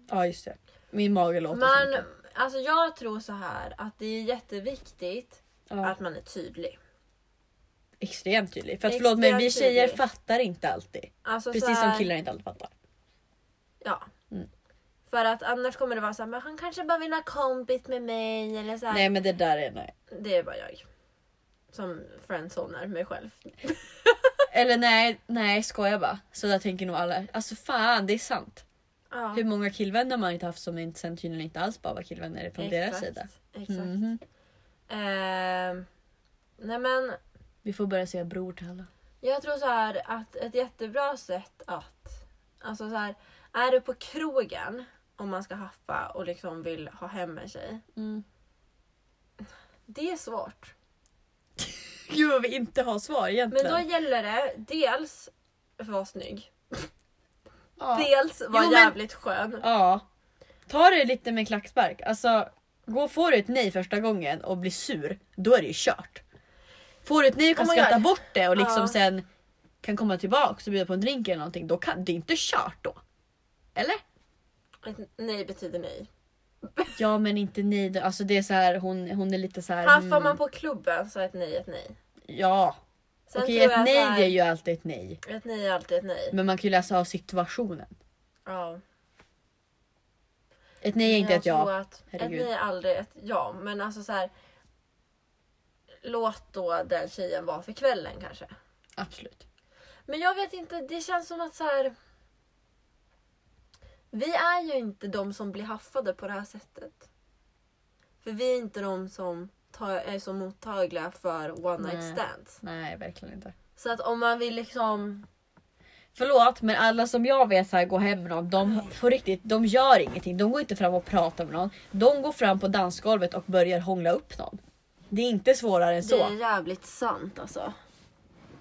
A: Ja just det. Min mage låter så
B: Man,
A: mycket.
B: alltså jag tror så här att det är jätteviktigt
A: ja,
B: att man är tydlig.
A: Extremt tydlig. För att förlåt men vi
B: Extremt
A: tjejer
B: tydlig.
A: fattar inte alltid.
B: Alltså,
A: Precis
B: så
A: som
B: här,
A: killar inte alltid fattar.
B: Ja.
A: Mm.
B: För att annars kommer det vara så här, men han kanske bara vill ha kompis med mig eller så här.
A: Nej men det där är nej.
B: Det är bara jag. Som friendzonar mig själv.
A: Eller nej, nej skojar bara. Så där tänker nog alla. Alltså fan det är sant.
B: Ja.
A: Hur många killvänner man inte haft som inte, sen tydligen inte alls bara var killvänner från deras
B: Exakt,
A: sida.
B: Exakt.
A: Mhm.
B: Ehm, nej men
A: Vi får börja säga bror till alla.
B: Jag tror så här att ett jättebra sätt att... Alltså så här, är du på krogen om man ska haffa och liksom vill ha hem en tjej.
A: Mm.
B: Det är svårt.
A: Gud vad vi inte har svar
B: Men
A: egentligen.
B: då gäller det dels att vara snygg,
A: ja.
B: dels vara
A: Jo, men-
B: jävligt skön.
A: ja. Ta det lite med klackspark. Alltså, gå, får du ett nej första gången och blir sur, då är det ju kört. Får du ett nej och kan
B: Oh my
A: skratta
B: God.
A: bort det och liksom
B: Ja.
A: sen kan komma tillbaka och bjuda på en drink eller någonting, då kan det är inte kört då. Eller?
B: Ett nej betyder nej.
A: Ja men inte nej då. Alltså det är så här, hon, hon är lite så här.
B: Haffar
A: mm,
B: man på klubben så är ett nej ett nej.
A: Ja.
B: Sen
A: Okej
B: tror
A: ett
B: jag så
A: nej
B: här-
A: är ju alltid ett nej.
B: Ett nej är alltid ett nej.
A: Men man kan ju läsa av situationen.
B: Ja.
A: Ett nej är inte
B: Jag
A: ett ja.
B: tror Att, ett
A: Herregud.
B: nej är aldrig ett ja, men alltså så här. Låt då den tjejen vara för kvällen kanske.
A: Absolut.
B: Men jag vet inte, det känns som att så här. Vi är ju inte de som blir haffade på det här sättet. För vi är inte de som tar, är så mottagliga för one
A: Nej.
B: night stands.
A: Nej verkligen inte.
B: Så att om man vill liksom...
A: Förlåt men alla som jag vet så här går hem med någon, de, får riktigt, de gör ingenting. De går inte fram och pratar med någon. De går fram på dansgolvet och börjar hångla upp någon. Det är inte svårare än
B: Det är
A: så.
B: jävligt sant alltså.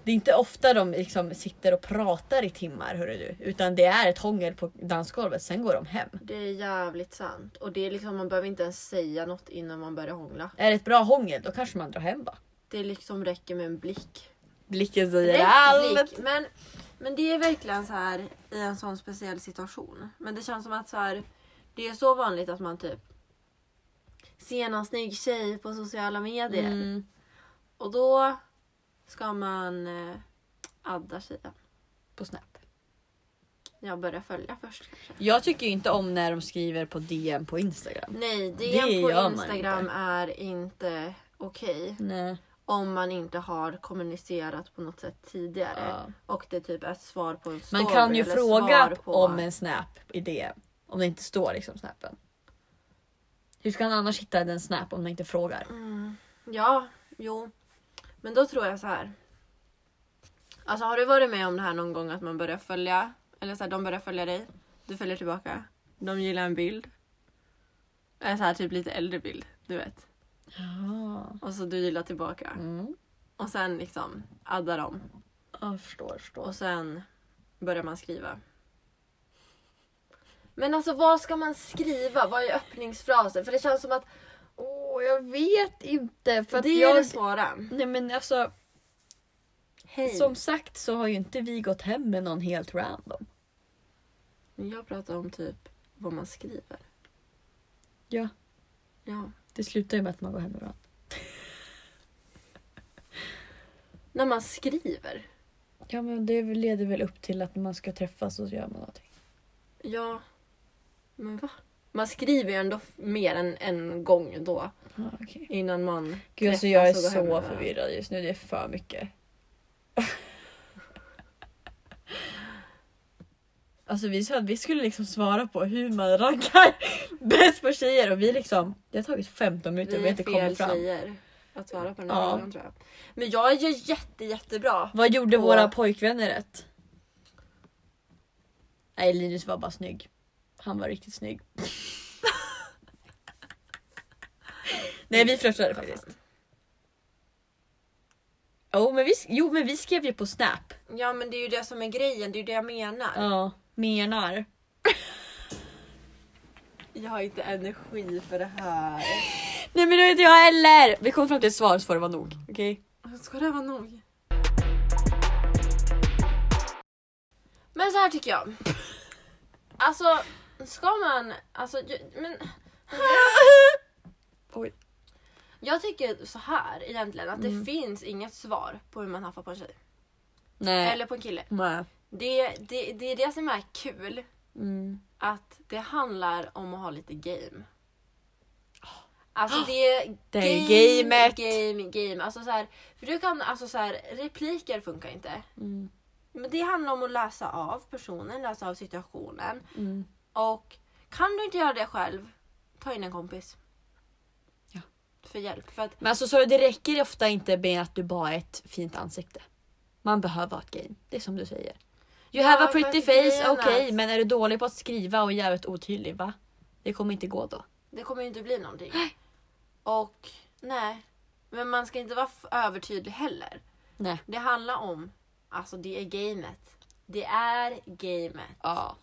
A: Det är inte ofta de liksom sitter och pratar i timmar hörru du. Utan det är ett hångel på dansgolvet, sen går de hem.
B: Det är jävligt sant. Och det är liksom, man behöver inte ens säga något innan man börjar hångla.
A: Är det ett bra hångel då kanske man drar hem bara.
B: Det liksom räcker med en blick.
A: Blicken säger
B: Rätt
A: allt.
B: blick. Men, men det är verkligen så här i en sån speciell situation. Men det känns som att så här, det är så vanligt att man typ ser någon snygg tjej på sociala medier.
A: Mm.
B: Och då ska man eh, adda tjejen.
A: På Snap.
B: Jag börjar följa först kanske.
A: Jag tycker ju inte om när de skriver på DM på Instagram.
B: Nej,
A: Det
B: DM
A: gör
B: på
A: man
B: Instagram
A: inte.
B: är inte okej.
A: Nej.
B: Om man inte har kommunicerat på något sätt tidigare.
A: Ja.
B: Och det typ är ett svar på en story
A: Man kan ju
B: eller svar
A: fråga
B: på...
A: om en snap i DM. Om det inte står liksom snapen. Hur ska han annars hitta den snap om man inte frågar?
B: Mm. Ja, jo. Men då tror jag så här. Alltså har du varit med om det här någon gång att man börjar följa? Eller så här, de börjar följa dig. Du följer tillbaka. De gillar en bild. Eller så här, typ lite äldre bild. Du vet.
A: Ja,
B: Och så du gillar tillbaka.
A: mm.
B: Och sen liksom addar de.
A: jag förstår. förstår.
B: Och sen börjar man skriva. Men alltså vad ska man skriva? Vad är öppningsfrasen? För det känns som att
A: Åh, jag vet inte. För att
B: det är
A: jag...
B: det svåra.
A: Nej men alltså,
B: Hej.
A: som sagt så har ju inte vi gått hem med någon helt random.
B: Jag pratar om typ vad man skriver.
A: Ja,
B: Ja.
A: det slutar ju med att man går hem med varandra.
B: När man skriver.
A: Ja men det leder väl upp till att när man ska träffas så gör man någonting.
B: Ja. Men va? Man skriver ju ändå f- mer än en gång då.
A: Ja, okej.
B: Innan man
A: Gud alltså
B: träffas
A: jag är
B: och går hem
A: så
B: med varandra.
A: förvirrad just nu, det är för mycket. alltså vi sa att vi skulle liksom svara på hur man raggar bäst på tjejer och vi liksom, det har tagit 15 minuter och vi
B: Vi
A: har
B: är
A: inte kommit
B: fel
A: fram.
B: tjejer att svara på den här
A: Ja.
B: frågan tror jag. Men jag är ju jätte, jättebra.
A: Vad gjorde
B: på-
A: våra pojkvänner rätt? Nej Linus var bara snygg. Han var riktigt snygg. Nej vi flörtade faktiskt. Oh, men vi, sk- jo men vi skrev ju på snap.
B: Ja men det är ju det som är grejen, det är ju det jag menar.
A: Ja, menar.
B: Jag har inte energi för det här.
A: Nej men det vet jag heller! Vi kom fram till ett svar så får det vara nog. Okej?
B: Ska det vara nog? Men så här tycker jag. Alltså, ska man... Alltså, ju- men
A: Oj. Mm.
B: jag tycker så här egentligen att det finns inget svar på hur man haffar på en tjej.
A: Nej.
B: Eller på en kille.
A: Nej.
B: Det, det, det är det som är kul.
A: Mm.
B: Att det handlar om att ha lite game. Alltså det är
A: Ah. Det är gamet.
B: game, game. Alltså så här, för du kan, alltså så här, repliker funkar inte.
A: Mm.
B: Men det handlar om att läsa av personen, läsa av situationen.
A: Mm.
B: Och kan du inte göra det själv, ta in en kompis.
A: Ja.
B: för hjälp. För att,
A: Men alltså, så det räcker ofta inte med att du bara har ett fint ansikte. Man behöver ha ett game. Det är som du säger. You
B: Ja,
A: have a
B: för
A: pretty
B: att grejen
A: face,
B: är
A: okej,
B: att-
A: men är du dålig på att skriva och jävligt otydlig, va? Det kommer inte gå då.
B: det kommer ju inte bli någonting. Och nej. Men man ska inte vara f- övertydlig heller.
A: Nej.
B: Det handlar om, alltså det är gamet. Det är gamet.
A: Ja.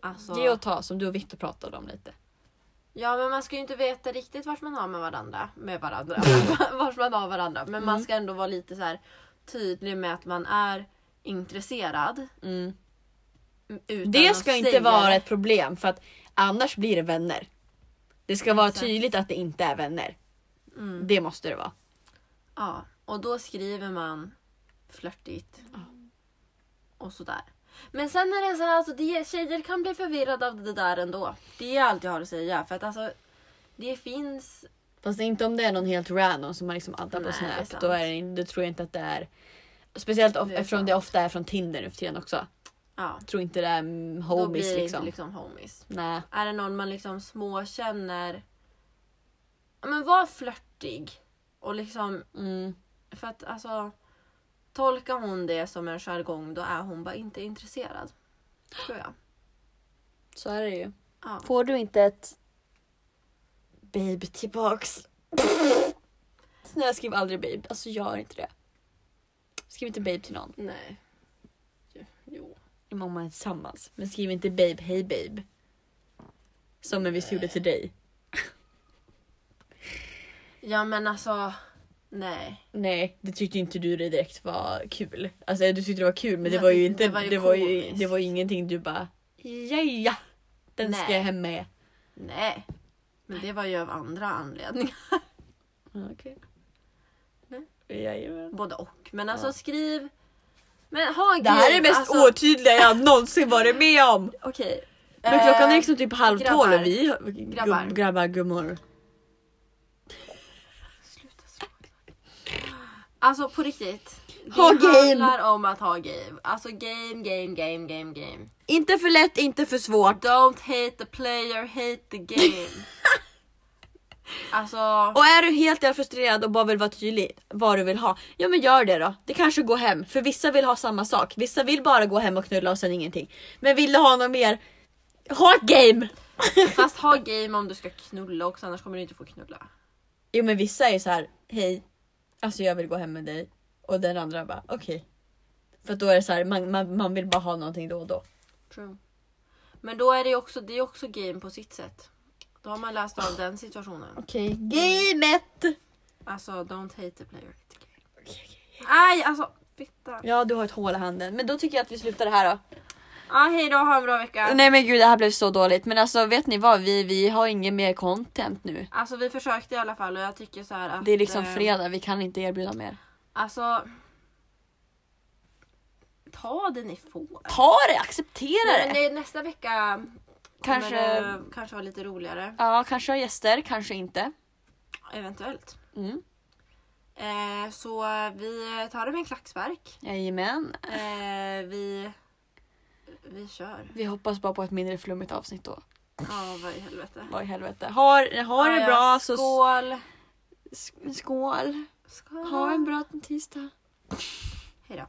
B: Alltså,
A: Ge och ta, som du och Viktor pratade om lite.
B: Ja men man ska ju inte veta riktigt vart man har med varandra. Med varandra. vart man har varandra. Men
A: Mm.
B: man ska ändå vara lite så här tydlig med att man är intresserad. utan
A: Mm. Det
B: att
A: ska inte
B: säga
A: vara
B: det.
A: ett problem för att annars blir det vänner. Det ska vara
B: Exakt. Mm.
A: tydligt att det inte är vänner. Det måste det vara.
B: Ja, och då skriver man flörtigt. Och sådär. Men sen är det så här, alltså, det, tjejer kan bli förvirrade av det där ändå. Det är allt jag har att säga. För att alltså, det finns...
A: Fast inte om det är någon helt random som man liksom addar på
B: Nej, det är
A: Snap.
B: sant.
A: då, är det, in- då tror jag inte att det är... Speciellt of,
B: Det är
A: eftersom
B: sant.
A: det ofta är från Tinder nu för tiden också.
B: Ja,
A: Jag tror inte det är mm,
B: då blir
A: homies
B: det
A: liksom.
B: inte liksom homies.
A: Nej.
B: Är det någon man liksom småkänner... Ja, Men var flörtig. Och liksom,
A: Mm.
B: för att alltså... Tolkar hon det som en jargong då är hon bara inte intresserad. Tror jag.
A: Så är det ju.
B: Ja.
A: Får du inte ett... Babe tillbaks. Snälla skriv aldrig babe. Alltså gör inte det. Skriv inte babe till någon.
B: Nej. Jo.
A: om man är tillsammans. Men skriv inte babe, hej babe. Som en viss gjorde till dig.
B: Ja men alltså, nej.
A: Nej, det tyckte inte du det direkt var kul. Alltså du tyckte det var kul men det
B: Jag
A: var ju
B: tyckte
A: inte, det var ju, det var ju,
B: komiskt.
A: ingenting du bara ja ja, den ska
B: Nej.
A: jag hem med.
B: Nej. Men det var ju av andra anledningar.
A: Okej.
B: Nej.
A: Jajamän.
B: Både och. Men alltså skriv... Men ha en
A: Det här är
B: grej,
A: det mest
B: alltså,
A: otydliga jag någonsin varit med om.
B: Okej.
A: Men klockan är
B: Eh,
A: liksom typ halv
B: grabbar.
A: tolv och vi
B: Grabbar.
A: grabbar, grabbar gummor.
B: Sluta slå. Alltså på riktigt. Det
A: Ha game.
B: handlar om att ha game. Alltså game, game, game, game, game.
A: Inte för lätt, inte för svårt.
B: Don't hate the player, hate the game. alltså,
A: Och är du helt jävla frustrerad och bara vill vara tydlig vad du vill ha, ja men gör det då. Det kanske går hem, för vissa vill ha samma sak. Vissa vill bara gå hem och knulla och sen ingenting. Men vill du ha något mer, ha ett game!
B: fast ha game om du ska knulla också annars kommer du inte få knulla.
A: Jo men vissa är ju så här, hej, alltså jag vill gå hem med dig. Och den andra bara, okej. För att då är det så här, man, man, man vill bara ha någonting då och då.
B: True. Men då är det ju också, det är också game på sitt sätt. Då har man läst av den situationen.
A: Okej, gamet!
B: Alltså don't hate the player, hate the game. Aj, alltså fitta.
A: Ja du har ett hål i handen, men då tycker jag att vi slutar det här då.
B: Ah, hej då, ha en bra vecka.
A: Nej men gud det här blev så dåligt. Men alltså vet ni vad, vi, vi har inget mer content nu.
B: Alltså vi försökte i alla fall och jag tycker så här att...
A: Det är liksom
B: eh,
A: fredag, vi kan inte erbjuda mer.
B: Alltså... Ta det ni får.
A: Ta det, acceptera
B: Nej, men
A: det.
B: det- nästa vecka kanske...
A: Kanske,
B: kommer det kanske vara lite roligare.
A: ja, kanske ha gäster, kanske inte.
B: Eventuellt.
A: Mm.
B: Eh, så vi tar det med en klackspark.
A: Jajamän.
B: Eh, vi... Vi kör.
A: Vi hoppas bara på ett mindre flummigt avsnitt då.
B: Ja, vad i helvete.
A: Vad i helvete. Ha, ha
B: Ja,
A: det
B: ja,
A: bra så
B: Skål!
A: s- skål.
B: Skål!
A: Ha en bra tisdag.
B: Hejdå.